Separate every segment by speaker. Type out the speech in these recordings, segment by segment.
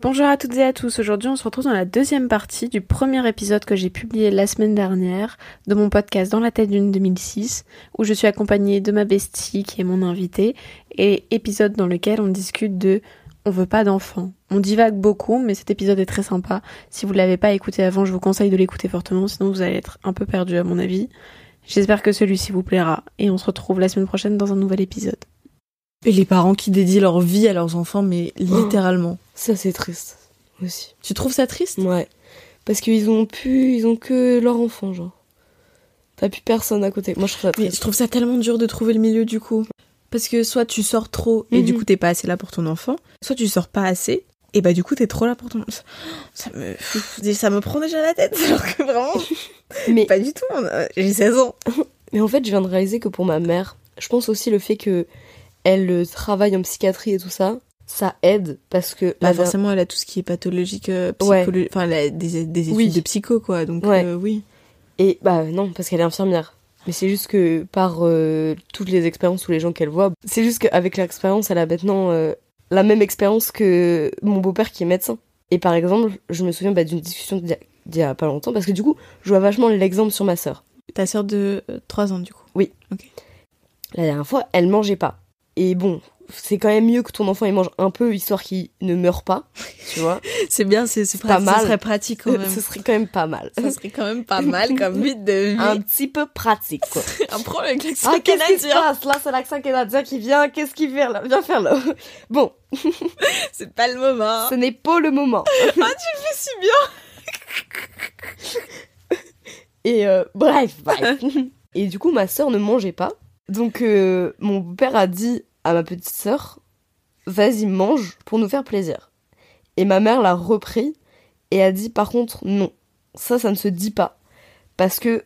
Speaker 1: Bonjour à toutes et à tous, aujourd'hui on se retrouve dans la deuxième partie du premier épisode que j'ai publié la semaine dernière de mon podcast Dans la tête d'une 2006 où je suis accompagnée de ma bestie qui est mon invitée et épisode dans lequel on discute de on veut pas d'enfants. On divague beaucoup mais cet épisode est très sympa. Si vous ne l'avez pas écouté avant je vous conseille de l'écouter fortement sinon vous allez être un peu perdu à mon avis. J'espère que celui-ci vous plaira et on se retrouve la semaine prochaine dans un nouvel épisode.
Speaker 2: Et les parents qui dédient leur vie à leurs enfants, mais
Speaker 3: Oh.
Speaker 2: littéralement.
Speaker 3: Ça, c'est triste aussi.
Speaker 2: Tu trouves ça triste
Speaker 3: Ouais. Parce qu'ils ont pu, ils ont que leur enfant, genre. T'as plus personne à côté. Moi, je trouve ça
Speaker 2: Mais
Speaker 3: triste.
Speaker 2: je trouve ça tellement dur de trouver le milieu du coup. Parce que soit tu sors trop et du
Speaker 3: Mhm.
Speaker 2: coup t'es pas assez là pour ton enfant, soit tu sors pas assez et bah du coup t'es trop là pour ton ça, ça me pff, ça me prend déjà la tête alors que vraiment
Speaker 3: Mais,
Speaker 2: pas du tout. on a- J'ai 16 ans.
Speaker 3: mais en fait, je viens de réaliser que pour ma mère, je pense aussi le fait que elle euh, travaille en psychiatrie et tout ça, ça aide parce que
Speaker 2: Bah
Speaker 3: la-
Speaker 2: forcément elle a tout ce qui est pathologique, euh,
Speaker 3: Ouais.
Speaker 2: psycholo- enfin elle a des, des études
Speaker 3: Oui.
Speaker 2: de psycho quoi donc
Speaker 3: Ouais.
Speaker 2: euh, oui.
Speaker 3: et bah non parce qu'elle est infirmière. Mais c'est juste que par euh, toutes les expériences ou les gens qu'elle voit, c'est juste qu'avec l'expérience, elle a maintenant euh, la même expérience que mon beau-père qui est médecin. Et par exemple, je me souviens bah, d'une discussion d'il y a- d'il y a pas longtemps parce que du coup, je vois vachement l'exemple sur ma sœur.
Speaker 2: Ta sœur de 3 ans du coup.
Speaker 3: La dernière fois, elle mangeait pas. Et bon, c'est quand même mieux que ton enfant il mange un peu histoire qu'il ne meure pas, tu vois.
Speaker 2: C'est bien c'est c'est
Speaker 3: Pas
Speaker 2: pra-
Speaker 3: mal.
Speaker 2: ça serait pratique quand même.
Speaker 3: Ce serait quand même pas mal.
Speaker 2: ça serait quand même pas mal comme but de vie.
Speaker 3: Un petit peu pratique quoi.
Speaker 2: un problème avec l'accent
Speaker 3: Ah, qu'est-ce qui se passe Là, c'est l'accent canadien qui vient. Qu'est-ce qu'il vient là Viens faire là. Bon,
Speaker 2: C'est pas le moment.
Speaker 3: ce n'est pas le moment.
Speaker 2: C'est si bien.
Speaker 3: Et euh, bref, bref. Et du coup, ma sœur ne mangeait pas. Donc, euh, mon père a dit à ma petite sœur, vas-y, mange pour nous faire plaisir. Et ma mère l'a repris et a dit, par contre, non. Ça, ça ne se dit pas. Parce que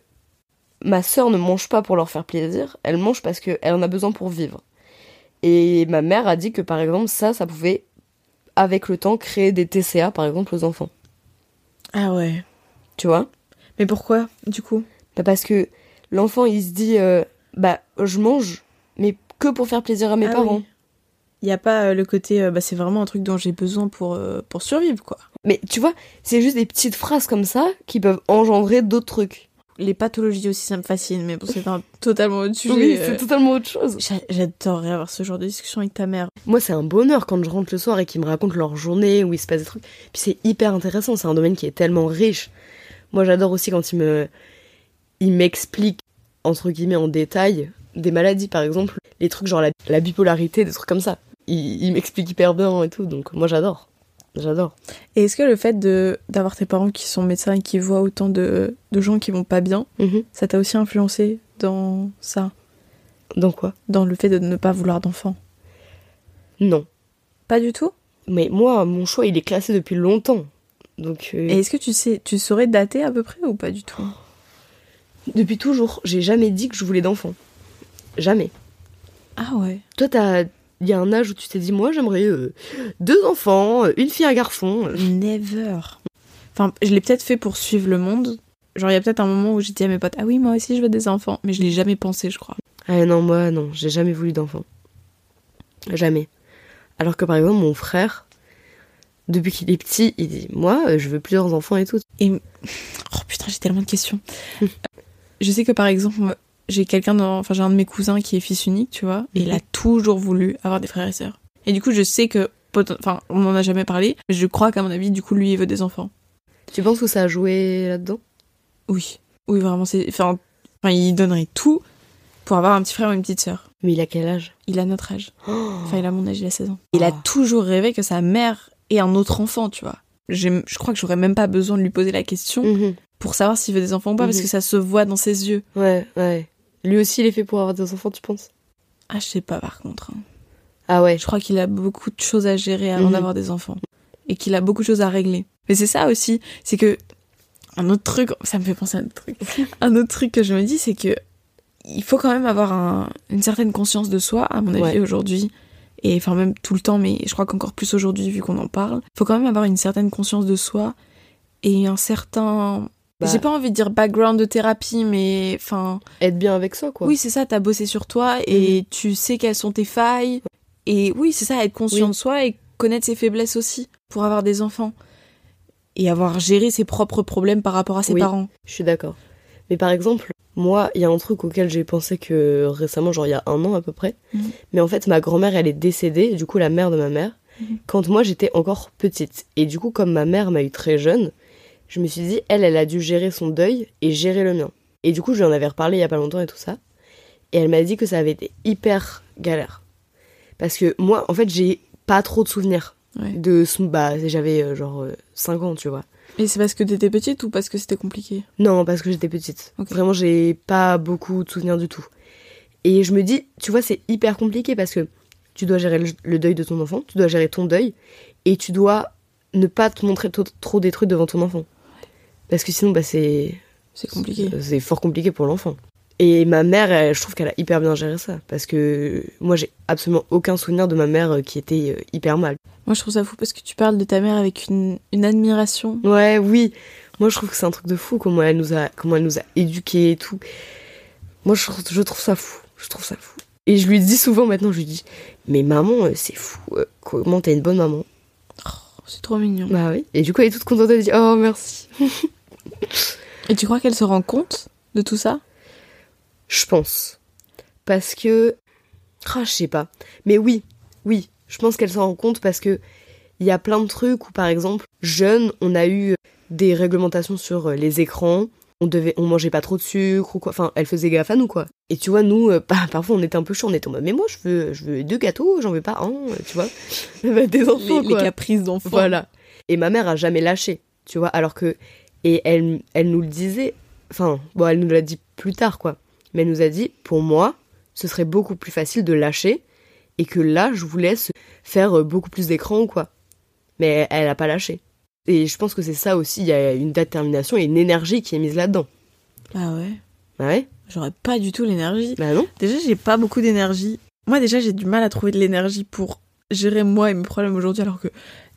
Speaker 3: ma sœur ne mange pas pour leur faire plaisir, elle mange parce qu'elle en a besoin pour vivre. Et ma mère a dit que, par exemple, ça, ça pouvait, avec le temps, créer des TCA, par exemple, aux enfants.
Speaker 2: Ah ouais.
Speaker 3: Tu vois
Speaker 2: Mais pourquoi, du coup
Speaker 3: Bah, parce que l'enfant, il se dit, euh, bah, je mange, mais que pour faire plaisir à mes
Speaker 2: Ah
Speaker 3: parents.
Speaker 2: oui. Il n'y a pas euh, le côté, euh, bah, c'est vraiment un truc dont j'ai besoin pour, euh, pour survivre, quoi.
Speaker 3: Mais tu vois, c'est juste des petites phrases comme ça qui peuvent engendrer d'autres trucs.
Speaker 2: Les pathologies aussi, ça me fascine, mais bon, c'est un totalement autre sujet.
Speaker 3: oui,
Speaker 2: euh.
Speaker 3: c'est totalement autre chose.
Speaker 2: J'a- J'adorerais avoir ce genre de discussion avec ta mère.
Speaker 3: Moi, c'est un bonheur quand je rentre le soir et qu'ils me racontent leur journée, où il se passe des trucs. Puis c'est hyper intéressant, c'est un domaine qui est tellement riche. Moi, j'adore aussi quand ils me... Ils m'expliquent, entre guillemets, en détail, des maladies, par exemple, les trucs genre la, la bipolarité, des trucs comme ça. Ils, ils m'expliquent hyper bien et tout, donc moi, j'adore. J'adore.
Speaker 2: Et est-ce que le fait de d'avoir tes parents qui sont médecins et qui voient autant de, de gens qui vont pas bien,
Speaker 3: Mhm.
Speaker 2: ça t'a aussi influencé dans ça
Speaker 3: Dans quoi
Speaker 2: Dans le fait de ne pas vouloir d'enfants
Speaker 3: Non.
Speaker 2: Pas du tout
Speaker 3: Mais moi, mon choix, il est classé depuis longtemps. Donc, euh,
Speaker 2: Et est-ce que tu sais, tu saurais dater à peu près ou pas du tout
Speaker 3: depuis toujours, j'ai jamais dit que je voulais d'enfant. Jamais.
Speaker 2: Ah ouais.
Speaker 3: Toi, t'as. Il y a un âge où tu t'es dit, moi, j'aimerais euh, deux enfants, euh, une fille, un garçon. euh.
Speaker 2: Never. Enfin, je l'ai peut-être fait pour suivre le monde. Genre, il y a peut-être un moment où j'ai dit à mes potes, ah oui, moi aussi je veux des enfants. Mais je l'ai jamais pensé, je crois.
Speaker 3: Ah non, moi, non, j'ai jamais voulu d'enfant. Jamais. Alors que par exemple, mon frère, depuis qu'il est petit, il dit, moi, euh, je veux plusieurs enfants et tout.
Speaker 2: Oh putain, j'ai tellement de questions. Euh, je sais que par exemple, moi, j'ai quelqu'un dans. Enfin, j'ai un de mes cousins qui est fils unique, tu vois. Et il a toujours voulu avoir des frères et sœurs. Et du coup, je sais que. poten- Enfin, on n'en a jamais parlé. Mais je crois qu'à mon avis, du coup, lui, il veut des enfants.
Speaker 3: Tu penses que ça a joué là-dedans
Speaker 2: Oui. Oui, vraiment, c'est. Enfin, enfin, il donnerait tout pour avoir un petit frère ou une petite sœur.
Speaker 3: Mais il a quel âge
Speaker 2: Il a notre âge. Enfin, il a mon âge, il a 16 ans. Il a
Speaker 3: Oh.
Speaker 2: toujours rêvé que sa mère ait un autre enfant, tu vois. J'ai- Je crois que j'aurais même pas besoin de lui poser la question
Speaker 3: Mhm.
Speaker 2: pour savoir s'il veut des enfants ou pas, parce
Speaker 3: Mhm.
Speaker 2: que ça se voit dans ses yeux.
Speaker 3: Ouais, ouais. Lui aussi, il est fait pour avoir des enfants, tu penses
Speaker 2: Ah, je sais pas par contre. hein.
Speaker 3: Ah ouais,
Speaker 2: Je crois qu'il a beaucoup de choses à gérer avant
Speaker 3: Mhm.
Speaker 2: d'avoir des enfants. Et qu'il a beaucoup de choses à régler. Mais c'est ça aussi, c'est que. Un autre truc, ça me fait penser à un autre truc. un autre truc que je me dis, c'est que. Il faut quand même avoir un- une certaine conscience de soi, à mon avis,
Speaker 3: Ouais.
Speaker 2: aujourd'hui. Et enfin, même tout le temps, mais je crois qu'encore plus aujourd'hui, vu qu'on en parle. Il faut quand même avoir une certaine conscience de soi et un certain.
Speaker 3: Bah.
Speaker 2: J'ai pas envie de dire background de thérapie, mais enfin.
Speaker 3: être bien avec soi, quoi.
Speaker 2: Oui, c'est ça, t'as bossé sur toi et tu sais quelles sont tes failles. Et oui, c'est ça, être conscient
Speaker 3: Oui.
Speaker 2: de soi et connaître ses faiblesses aussi. pour avoir des enfants et avoir géré ses propres problèmes par rapport à ses
Speaker 3: Oui.
Speaker 2: parents.
Speaker 3: Je suis d'accord. Mais par exemple, moi, il y a un truc auquel j'ai pensé que récemment, genre il y a un an à peu près.
Speaker 2: Mhm.
Speaker 3: Mais en fait, ma grand-mère, elle est décédée, du coup, la mère de ma mère,
Speaker 2: Mhm.
Speaker 3: quand moi j'étais encore petite. Et du coup, comme ma mère m'a eu très jeune, je me suis dit, elle, elle a dû gérer son deuil et gérer le mien. Et du coup, je lui en avais reparlé il y a pas longtemps et tout ça. Et elle m'a dit que ça avait été hyper galère. Parce que moi, en fait, j'ai pas trop de souvenirs.
Speaker 2: Ouais.
Speaker 3: De ce- bah, j'avais euh, genre 5 ans, tu vois.
Speaker 2: Et c'est parce que t'étais petite ou parce que c'était compliqué
Speaker 3: Non, parce que j'étais petite.
Speaker 2: Ok.
Speaker 3: Vraiment, j'ai pas beaucoup de souvenirs du tout. Et je me dis, tu vois, c'est hyper compliqué parce que tu dois gérer le, le deuil de ton enfant, tu dois gérer ton deuil, et tu dois ne pas te montrer to- trop détruite devant ton enfant. Parce que sinon, bah, c'est
Speaker 2: C'est compliqué.
Speaker 3: c'est fort compliqué pour l'enfant. Et ma mère, elle- je trouve qu'elle a hyper bien géré ça. Parce que moi, j'ai absolument aucun souvenir de ma mère euh, qui était euh, hyper mal.
Speaker 2: Moi, je trouve ça fou parce que tu parles de ta mère avec une, une admiration.
Speaker 3: Ouais, oui. Moi, je trouve que c'est un truc de fou comment elle nous a, comment elle nous a éduqués et tout. Moi, je, trouve- je trouve ça fou. Je trouve ça fou. Et je lui dis souvent maintenant, je lui dis, mais maman, euh, c'est fou. euh, Comment t'es une bonne maman
Speaker 2: Oh, c'est trop mignon.
Speaker 3: Bah oui. Et du coup, elle est toute contente. Elle dit, oh merci.
Speaker 2: Et tu crois qu'elle se rend compte de tout ça
Speaker 3: Je pense. Parce que. Ah, je sais pas. Mais oui, oui, je pense qu'elle s'en rend compte parce que il y a plein de trucs où, par exemple, jeune, on a eu des réglementations sur euh, les écrans. On devait, on mangeait pas trop de sucre ou quoi. Enfin, elle faisait gaffe à nous, quoi. Et tu vois, nous, euh, par- parfois, on était un peu chiant. On était en mode, mais moi, je veux, je veux deux gâteaux, j'en veux pas un, euh, tu vois. Bah, des enfants,
Speaker 2: les, les
Speaker 3: quoi.
Speaker 2: caprices d'enfant.
Speaker 3: Voilà. Et ma mère a jamais lâché, tu vois, alors que. Et elle, elle nous le disait. Enfin, bon, elle nous l'a dit plus tard, quoi. Mais elle nous a dit, pour moi, ce serait beaucoup plus facile de lâcher. Et que là, je vous laisse faire euh, beaucoup plus d'écran ou quoi. Mais elle a pas lâché. Et je pense que c'est ça aussi, il y a une détermination et une énergie qui est mise là-dedans.
Speaker 2: Ah ouais.
Speaker 3: Bah ouais
Speaker 2: J'aurais pas du tout l'énergie.
Speaker 3: Bah non
Speaker 2: Déjà, j'ai pas beaucoup d'énergie. Moi, déjà, j'ai du mal à trouver de l'énergie pour gérer moi et mes problèmes aujourd'hui, alors que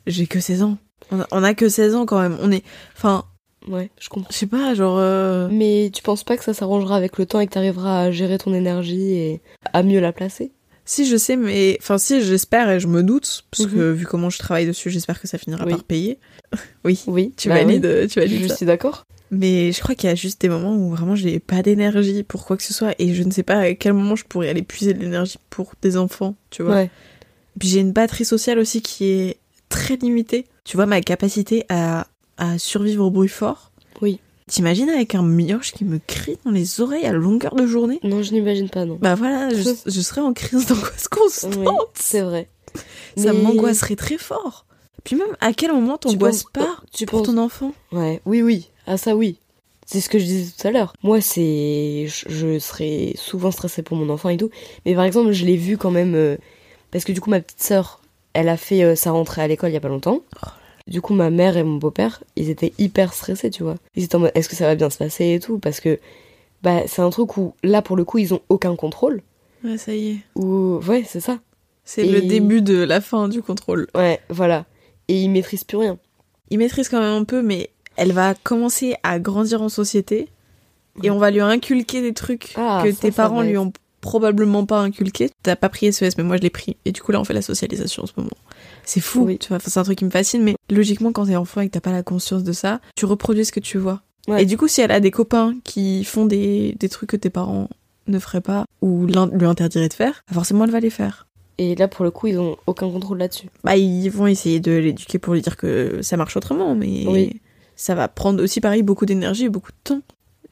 Speaker 2: j'ai que 16 ans. On a, on a que 16 ans quand même. On est. Enfin,
Speaker 3: Ouais, je comprends.
Speaker 2: je sais pas, genre. euh,
Speaker 3: Mais tu penses pas que ça s'arrangera avec le temps et que t'arriveras à gérer ton énergie et à mieux la placer
Speaker 2: Si, je sais, mais. Enfin, si, j'espère et je me doute, parce
Speaker 3: Mhm.
Speaker 2: que vu comment je travaille dessus, j'espère que ça finira
Speaker 3: Oui.
Speaker 2: par payer. oui.
Speaker 3: Oui,
Speaker 2: Tu
Speaker 3: bah oui.
Speaker 2: valides, tu valides
Speaker 3: Je
Speaker 2: ça.
Speaker 3: suis d'accord.
Speaker 2: Mais je crois qu'il y a juste des moments où vraiment j'ai pas d'énergie pour quoi que ce soit et je ne sais pas à quel moment je pourrais aller puiser de l'énergie pour des enfants, tu vois.
Speaker 3: Ouais.
Speaker 2: Puis j'ai une batterie sociale aussi qui est très limitée. Tu vois, ma capacité à, à survivre au bruit fort.
Speaker 3: Oui.
Speaker 2: T'imagines avec un mioche qui me crie dans les oreilles à longueur de journée
Speaker 3: Non, je n'imagine pas, non.
Speaker 2: Bah voilà, je, je serais en crise d'angoisse constante.
Speaker 3: Oui, c'est vrai.
Speaker 2: Ça
Speaker 3: Mais
Speaker 2: m'angoisserait très fort. Puis même, à quel moment
Speaker 3: Tu
Speaker 2: t'angoisses
Speaker 3: penses-
Speaker 2: pas
Speaker 3: Tu
Speaker 2: pour
Speaker 3: penses
Speaker 2: ton enfant
Speaker 3: Ouais, oui, oui. Ah, ça, oui. C'est ce que je disais tout à l'heure. Moi, c'est. Je, je serais souvent stressée pour mon enfant et tout. Mais par exemple, je l'ai vu quand même. euh, Parce que du coup, ma petite sœur, elle a fait euh, sa rentrée à l'école il y a pas longtemps.
Speaker 2: là
Speaker 3: Du coup, ma mère et mon beau-père, ils étaient hyper stressés, tu vois. Ils étaient en mode est-ce que ça va bien se passer et tout. Parce que bah, c'est un truc où, là, pour le coup, ils ont aucun contrôle.
Speaker 2: Ouais, ça y est.
Speaker 3: Ou. Ouais, c'est ça.
Speaker 2: C'est
Speaker 3: Et-
Speaker 2: le début de la fin du contrôle.
Speaker 3: Ouais, voilà. Et ils maîtrisent plus rien.
Speaker 2: il maîtrise quand même un peu, mais elle va commencer à grandir en société et on va lui inculquer des trucs
Speaker 3: Ah,
Speaker 2: que
Speaker 3: ça,
Speaker 2: tes
Speaker 3: ça
Speaker 2: parents
Speaker 3: va
Speaker 2: lui
Speaker 3: être-
Speaker 2: ont probablement pas inculqué. T'as pas pris SES, mais moi je l'ai pris. Et du coup, là, on fait la socialisation en ce moment. C'est fou,
Speaker 3: Oui.
Speaker 2: tu vois. Enfin, c'est un truc qui me fascine, mais logiquement, quand t'es enfant et que t'as pas la conscience de ça, tu reproduis ce que tu vois.
Speaker 3: Ouais.
Speaker 2: Et du coup, si elle a des copains qui font des, des trucs que tes parents ne feraient pas ou l'in- lui interdiraient de faire, bah, forcément, elle va les faire.
Speaker 3: Et là, pour le coup, ils ont aucun contrôle là-dessus.
Speaker 2: bah ils vont essayer de l'éduquer pour lui dire que ça marche autrement, mais
Speaker 3: Oui.
Speaker 2: ça va prendre aussi pareil beaucoup d'énergie et beaucoup de temps.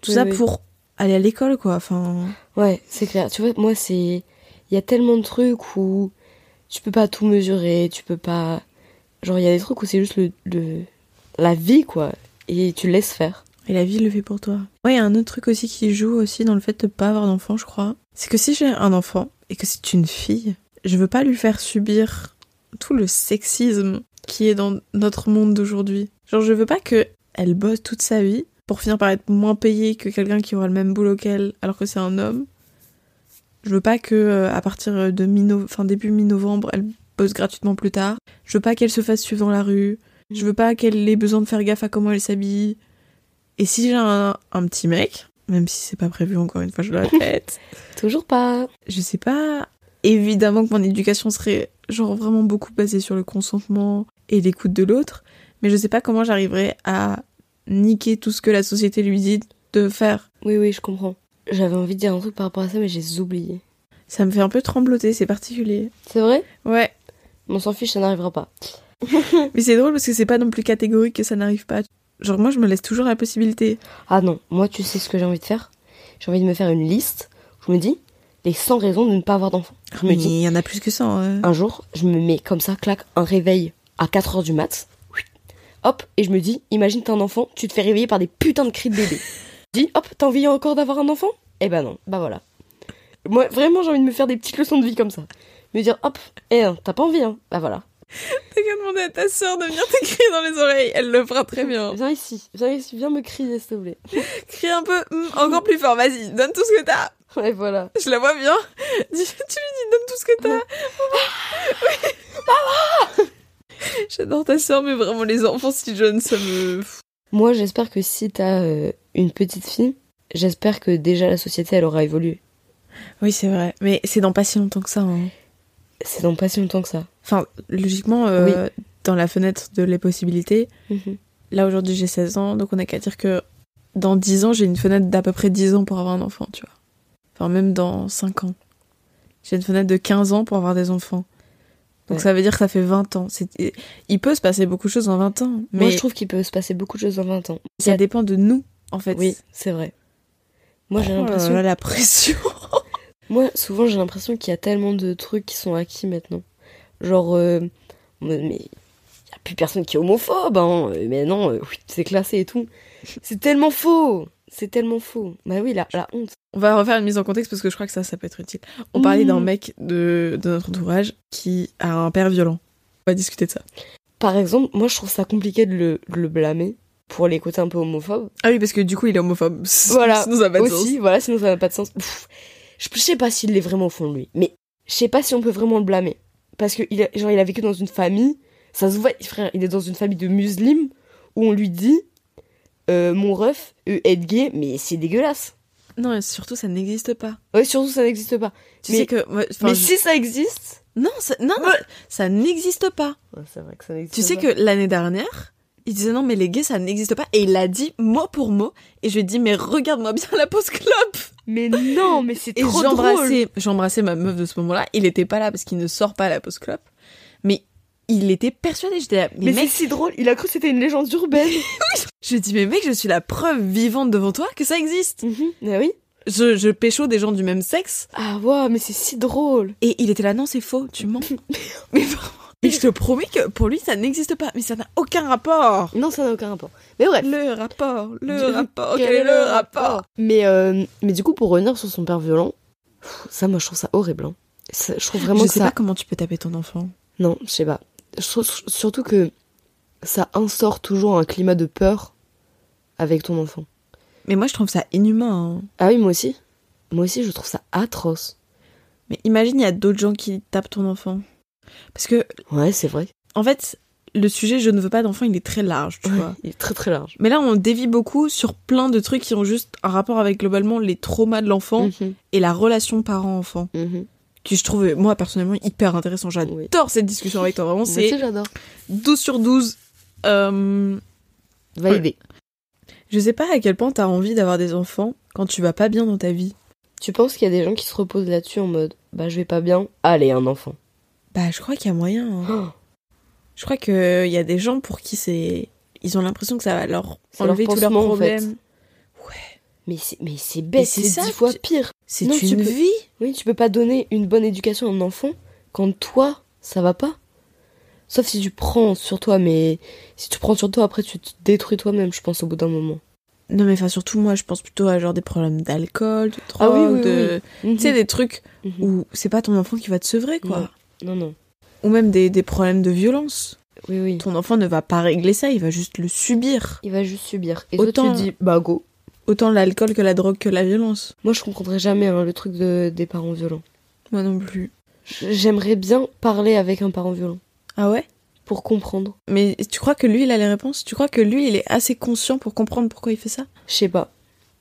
Speaker 2: Tout
Speaker 3: Oui,
Speaker 2: ça
Speaker 3: oui.
Speaker 2: pour aller à l'école quoi. Enfin,
Speaker 3: Ouais, c'est clair. Tu vois, moi, c'est. Il y a tellement de trucs où tu peux pas tout mesurer, tu peux pas. Genre, il y a des trucs où c'est juste le, le- la vie, quoi. Et tu laisses faire.
Speaker 2: et la vie le fait pour toi. Ouais, il y a un autre truc aussi qui joue aussi dans le fait de pas avoir d'enfant, je crois. C'est que si j'ai un enfant et que c'est une fille, je veux pas lui faire subir tout le sexisme qui est dans notre monde d'aujourd'hui. Genre je veux pas que elle bosse toute sa vie pour finir par être moins payée que quelqu'un qui aura le même boulot qu'elle alors que c'est un homme. Je veux pas que euh, à partir de mi fin début mi-novembre, elle bosse gratuitement plus tard. Je veux pas qu'elle se fasse suivre dans la rue. Je veux pas qu'elle ait besoin de faire gaffe à comment elle s'habille. Et si j'ai un, un petit mec, même si c'est pas prévu encore une fois, je le répète,
Speaker 3: Toujours pas.
Speaker 2: je sais pas. Évidemment que mon éducation serait genre vraiment beaucoup basée sur le consentement et l'écoute de l'autre, mais je sais pas comment j'arriverais à niquer tout ce que la société lui dit de faire.
Speaker 3: Oui, oui, je comprends. J'avais envie de dire un truc par rapport à ça, mais j'ai oublié.
Speaker 2: Ça me fait un peu trembloter, c'est particulier.
Speaker 3: C'est vrai
Speaker 2: Ouais,
Speaker 3: On s'en fiche, ça n'arrivera pas.
Speaker 2: mais c'est drôle parce que c'est pas non plus catégorique que ça n'arrive pas. Genre moi je me laisse toujours la possibilité.
Speaker 3: Ah non, moi tu sais ce que j'ai envie de faire J'ai envie de me faire une liste. Je me dis les 100 raisons de ne pas avoir d'enfant. Je me
Speaker 2: Ah, Mais
Speaker 3: dis
Speaker 2: il y en a plus que ça. hein.
Speaker 3: un jour, je me mets comme ça, claque un réveil à 4h du mat. Hop, et je me dis imagine t'as un enfant, tu te fais réveiller par des putains de cris de bébé. Je dis hop, t'as envie encore d'avoir un enfant Eh ben non, bah voilà. Moi vraiment j'ai envie de me faire des petites leçons de vie comme ça. Me dire hop, eh hein, t'as pas envie hein, bah voilà.
Speaker 2: T'as qu'à demander à ta sœur de venir t'écrire dans les oreilles, elle le fera très bien.
Speaker 3: Viens ici, viens ici, viens me crier s'il te plaît.
Speaker 2: Crie un peu, hum, encore plus fort, vas-y, donne tout ce que t'as.
Speaker 3: Ouais voilà.
Speaker 2: Je la vois bien. Dis- Tu lui dis, donne tout ce que t'as. Maman Maman J'adore ta soeur, mais vraiment, les enfants si jeunes, ça me...
Speaker 3: Moi, j'espère que si t'as euh, une petite fille, j'espère que déjà la société, elle aura évolué.
Speaker 2: Oui, c'est vrai. Mais c'est dans pas si longtemps que ça. hein.
Speaker 3: C'est dans pas si longtemps que ça.
Speaker 2: Enfin, logiquement, euh, dans la fenêtre de les possibilités, là, aujourd'hui, j'ai 16 ans, donc on n'a qu'à dire que dans 10 ans, j'ai une fenêtre d'à peu près 10 ans pour avoir un enfant, tu vois. Enfin, même dans 5 ans. J'ai une fenêtre de 15 ans pour avoir des enfants. Donc
Speaker 3: Ouais.
Speaker 2: ça veut dire que ça fait 20 ans. C'est- Il peut se passer beaucoup de choses en 20 ans. Mais
Speaker 3: Moi, je trouve qu'il peut se passer beaucoup de choses en 20 ans.
Speaker 2: Ça dépend de nous, en fait.
Speaker 3: Oui, c'est vrai. Moi, j'ai
Speaker 2: Oh là
Speaker 3: l'impression.
Speaker 2: là, la pression.
Speaker 3: Moi, souvent, j'ai l'impression qu'il y a tellement de trucs qui sont acquis maintenant. Genre, euh, mais mais y a plus personne qui est homophobe, hein. Euh, Mais non, euh, oui, c'est classé et tout. C'est tellement faux. C'est tellement faux. Bah oui, la, la honte.
Speaker 2: On va refaire une mise en contexte parce que je crois que ça, ça peut être utile. On parlait
Speaker 3: Mhm.
Speaker 2: d'un mec de, de notre entourage qui a un père violent. On va discuter de ça.
Speaker 3: Par exemple, moi, je trouve ça compliqué de le, de le blâmer pour les côtés un peu homophobes.
Speaker 2: Ah oui, parce que du coup, il est homophobe.
Speaker 3: Voilà,
Speaker 2: Sinon, ça n'a pas de sens.
Speaker 3: aussi, voilà, sinon ça n'a pas de sens. Pff, je je sais pas s'il l'est vraiment au fond de lui, mais je sais pas si on peut vraiment le blâmer. Parce que il a, genre, il a vécu dans une famille, ça se voit, frère, il est dans une famille de musulmans où on lui dit euh, Mon ref, euh, être gay, mais c'est dégueulasse.
Speaker 2: Non, et surtout, ça n'existe pas.
Speaker 3: Ouais, surtout ça n'existe pas.
Speaker 2: Tu
Speaker 3: Mais-
Speaker 2: sais que... moi, enfin,
Speaker 3: mais
Speaker 2: je-
Speaker 3: si ça existe.
Speaker 2: Non, ça, non, ça n'existe pas.
Speaker 3: Ouais, c'est vrai que ça n'existe
Speaker 2: Tu sais que l'année dernière, il disait non, mais les gays, ça n'existe pas. Et il l'a dit mot pour mot. Et je lui ai dit, mais regarde-moi bien la pause clope.
Speaker 3: Mais non, mais c'est
Speaker 2: Et
Speaker 3: trop drôle.
Speaker 2: j'embrassais, j'embrassais ma meuf de ce moment-là. Il était pas là parce qu'il ne sort pas à la pause clope. Mais il était persuadé. J'étais là, mais,
Speaker 3: Mais c'est
Speaker 2: mec,
Speaker 3: si drôle, il a cru que c'était une légende urbaine.
Speaker 2: je dis, mais mec, je suis la preuve vivante devant toi que ça existe.
Speaker 3: Mhm, Ah oui
Speaker 2: Je, je pécho des gens du même sexe.
Speaker 3: Ah ouais, mais c'est si drôle.
Speaker 2: Et il était là, non, c'est faux, tu mens. mais vraiment. Mais je te promets que pour lui, ça n'existe pas. Mais ça n'a aucun rapport.
Speaker 3: Non, ça n'a aucun rapport. Mais bref.
Speaker 2: Le rapport, le
Speaker 3: Du-
Speaker 2: rapport, quel est le rapport
Speaker 3: mais, euh, mais du coup, pour revenir sur son père violent, pff, ça, moi, je trouve ça horrible. hein. Ça- je trouve vraiment
Speaker 2: Je
Speaker 3: que
Speaker 2: sais
Speaker 3: ça.
Speaker 2: pas comment tu peux taper ton enfant.
Speaker 3: Non, je sais pas. Je trouve surtout que ça instaure toujours un climat de peur avec ton enfant.
Speaker 2: Mais moi, je trouve ça inhumain. hein.
Speaker 3: Ah oui, moi aussi. Moi aussi, je trouve ça atroce.
Speaker 2: Mais imagine, il y a d'autres gens qui tapent ton enfant. Parce que
Speaker 3: Ouais, c'est vrai.
Speaker 2: En fait, le sujet je ne veux pas d'enfant, il est très large, tu vois.
Speaker 3: Il est très très large.
Speaker 2: Mais là, on dévie beaucoup sur plein de trucs qui ont juste un rapport avec globalement les traumas de l'enfant
Speaker 3: Mhm,
Speaker 2: et la relation parent-enfant,
Speaker 3: mhm.
Speaker 2: qui je trouve, moi, personnellement, hyper intéressant. J'adore
Speaker 3: Oui.
Speaker 2: cette discussion avec toi, vraiment,
Speaker 3: Moi aussi,
Speaker 2: c'est
Speaker 3: j'adore.
Speaker 2: 12 sur 12. Euh,
Speaker 3: Validé.
Speaker 2: je sais pas à quel point t'as envie d'avoir des enfants quand tu vas pas bien dans ta vie.
Speaker 3: Tu penses qu'il y a des gens qui se reposent là-dessus en mode Bah, je vais pas bien. Allez, un enfant.
Speaker 2: Bah, je crois qu'il y a moyen. hein.
Speaker 3: Oh,
Speaker 2: Je crois qu'il y a des gens pour qui c'est... Ils ont l'impression que ça va leur
Speaker 3: C'est leur
Speaker 2: enlever tous leurs
Speaker 3: pansement, en fait.
Speaker 2: problèmes.
Speaker 3: mais c'est mais c'est bête,
Speaker 2: c'est
Speaker 3: c'est
Speaker 2: ça,
Speaker 3: dix fois
Speaker 2: tu-
Speaker 3: pire.
Speaker 2: C'est
Speaker 3: Non,
Speaker 2: une
Speaker 3: tu peux-
Speaker 2: vie
Speaker 3: Oui, tu peux pas donner une bonne éducation à un enfant quand toi, ça va pas. Sauf si tu prends sur toi, mais si tu prends sur toi, après tu te détruis toi-même, je pense, au bout d'un moment.
Speaker 2: Non mais enfin surtout moi je pense plutôt à genre des problèmes d'alcool, de drogue,
Speaker 3: Ah oui, oui,
Speaker 2: de tu sais
Speaker 3: Mhm.
Speaker 2: des trucs
Speaker 3: Mhm.
Speaker 2: où c'est pas ton enfant qui va te sevrer quoi.
Speaker 3: Ouais. Non, non.
Speaker 2: Ou même des, des problèmes de violence.
Speaker 3: Oui, oui.
Speaker 2: Ton enfant ne va pas régler ça, il va juste le subir.
Speaker 3: Il va juste subir. Et
Speaker 2: Autant-
Speaker 3: toi, tu dis, bah go.
Speaker 2: Autant l'alcool que la drogue que la violence.
Speaker 3: Moi, je comprendrai jamais hein, le truc de, des parents violents.
Speaker 2: Moi non plus.
Speaker 3: J- J'aimerais bien parler avec un parent violent
Speaker 2: Ah ouais
Speaker 3: pour comprendre.
Speaker 2: Mais tu crois que lui il a les réponses Tu crois que lui il est assez conscient pour comprendre pourquoi il fait ça
Speaker 3: Je sais pas.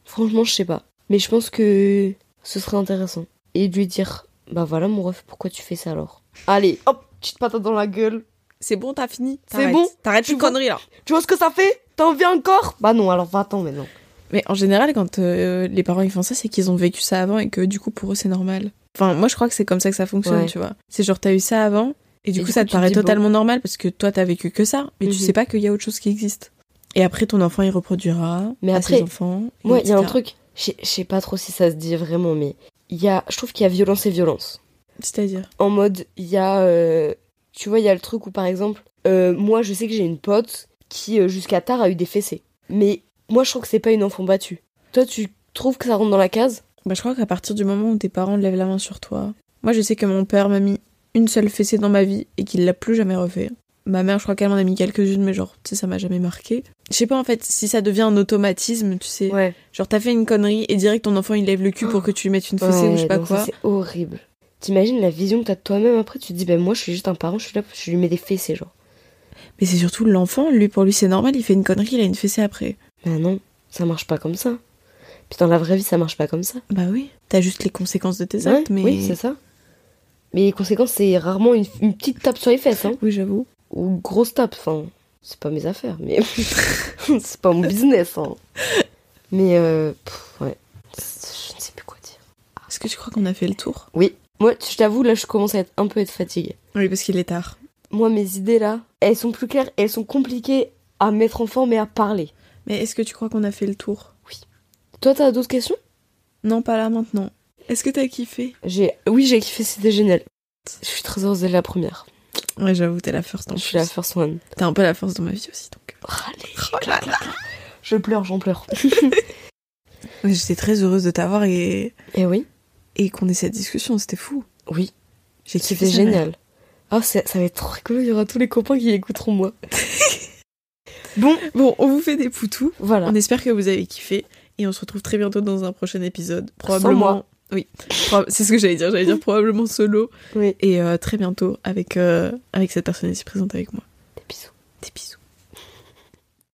Speaker 3: Franchement, je sais pas. Mais je pense que ce serait intéressant. Et de lui dire, bah voilà, mon ref, pourquoi tu fais ça alors Allez, hop, petite patate dans la gueule.
Speaker 2: c'est bon, t'as fini.
Speaker 3: C'est
Speaker 2: t'arrêtes.
Speaker 3: bon.
Speaker 2: T'arrêtes
Speaker 3: Tu
Speaker 2: une
Speaker 3: vois-
Speaker 2: connerie là.
Speaker 3: Tu vois ce que ça fait T'en viens encore Bah non, alors va-t'en maintenant.
Speaker 2: Mais en général, quand euh, les parents ils font ça, c'est qu'ils ont vécu ça avant et que du coup pour eux c'est normal. Enfin, moi je crois que c'est comme ça que ça fonctionne,
Speaker 3: Ouais.
Speaker 2: tu vois. C'est genre t'as eu ça avant et du
Speaker 3: Et
Speaker 2: coup
Speaker 3: du
Speaker 2: ça
Speaker 3: coup,
Speaker 2: te
Speaker 3: tu te
Speaker 2: paraît
Speaker 3: dis, bon.
Speaker 2: totalement normal parce que toi t'as vécu que ça, mais tu
Speaker 3: Mhm.
Speaker 2: sais pas qu'il y a autre chose qui existe. Et après ton enfant il reproduira
Speaker 3: Mais
Speaker 2: à
Speaker 3: après,
Speaker 2: ses enfants. et
Speaker 3: Ouais, il y a un
Speaker 2: etc.
Speaker 3: truc. Je sais- je sais pas trop si ça se dit vraiment, mais il y a, je trouve qu'il y a violence et violence.
Speaker 2: C'est-à-dire.
Speaker 3: en mode il y a euh, tu vois il y a le truc où par exemple euh, moi je sais que j'ai une pote qui euh, jusqu'à tard a eu des fessées mais moi je trouve que c'est pas une enfant battue toi tu trouves que ça rentre dans la case
Speaker 2: Bah, je crois qu'à partir du moment où tes parents lèvent la main sur toi, moi je sais que mon père m'a mis une seule fessée dans ma vie et qu'il l'a plus jamais refait. Ma mère, je crois qu'elle m'en a mis quelques-unes, mais genre, tu sais, ça m'a jamais marqué. Je sais pas en fait si ça devient un automatisme, tu sais.
Speaker 3: ouais
Speaker 2: Genre, t'as fait une connerie et direct ton enfant il lève le cul pour que tu lui mettes une fessée ou je sais pas
Speaker 3: donc ça,
Speaker 2: quoi.
Speaker 3: c'est horrible t'imagines la vision que t'as de toi-même après tu te dis ben moi je suis juste un parent je suis là je lui mets des fessées genre
Speaker 2: Mais c'est surtout l'enfant, lui pour lui c'est normal, il fait une connerie, il a une fessée après.
Speaker 3: ben non ça marche pas comme ça puis dans la vraie vie ça marche pas comme ça
Speaker 2: Bah oui, t'as juste les conséquences de tes
Speaker 3: Ouais,
Speaker 2: actes, mais.
Speaker 3: oui c'est ça mais les conséquences c'est rarement une, une petite tape sur les fesses hein.
Speaker 2: Oui, j'avoue.
Speaker 3: ou grosse tape. Enfin, c'est pas mes affaires, mais c'est pas mon business. hein. Mais euh, pff, ouais, je ne sais plus quoi dire.
Speaker 2: Est-ce que tu crois qu'on a fait le tour
Speaker 3: Oui, moi, je t'avoue, là, je commence à être un peu être fatiguée.
Speaker 2: Oui, parce qu'il est tard.
Speaker 3: Moi, mes idées là, elles sont plus claires, elles sont compliquées à mettre en forme et à parler.
Speaker 2: Mais est-ce que tu crois qu'on a fait le tour
Speaker 3: Toi, t'as d'autres questions
Speaker 2: Non, pas là maintenant. Est-ce que t'as kiffé
Speaker 3: J'ai, oui, j'ai kiffé, c'était génial. Je suis très heureuse d'être la première.
Speaker 2: Ouais, j'avoue, t'es la first en
Speaker 3: je
Speaker 2: plus.
Speaker 3: suis la first one.
Speaker 2: T'es un peu la force dans ma vie aussi, donc.
Speaker 3: Râler. Oh Je pleure, j'en pleure.
Speaker 2: Mais J'étais très heureuse de t'avoir et,
Speaker 3: et oui,
Speaker 2: et qu'on ait cette discussion, c'était fou.
Speaker 3: oui.
Speaker 2: J'ai kiffé
Speaker 3: C'était
Speaker 2: ça, mais-
Speaker 3: génial. Ah, ça ça va être trop rigolo, il y aura tous les copains qui écouteront moi. bon,
Speaker 2: Bon, on vous fait des poutous.
Speaker 3: voilà.
Speaker 2: On espère que vous avez kiffé et on se retrouve très bientôt dans un prochain épisode. Probablement.
Speaker 3: moi.
Speaker 2: Oui, Proba- c'est ce que j'allais dire. J'allais dire probablement solo
Speaker 3: Oui.
Speaker 2: et euh, très bientôt avec, euh, avec cette personne ici présente avec moi.
Speaker 3: Des bisous.
Speaker 2: Des bisous.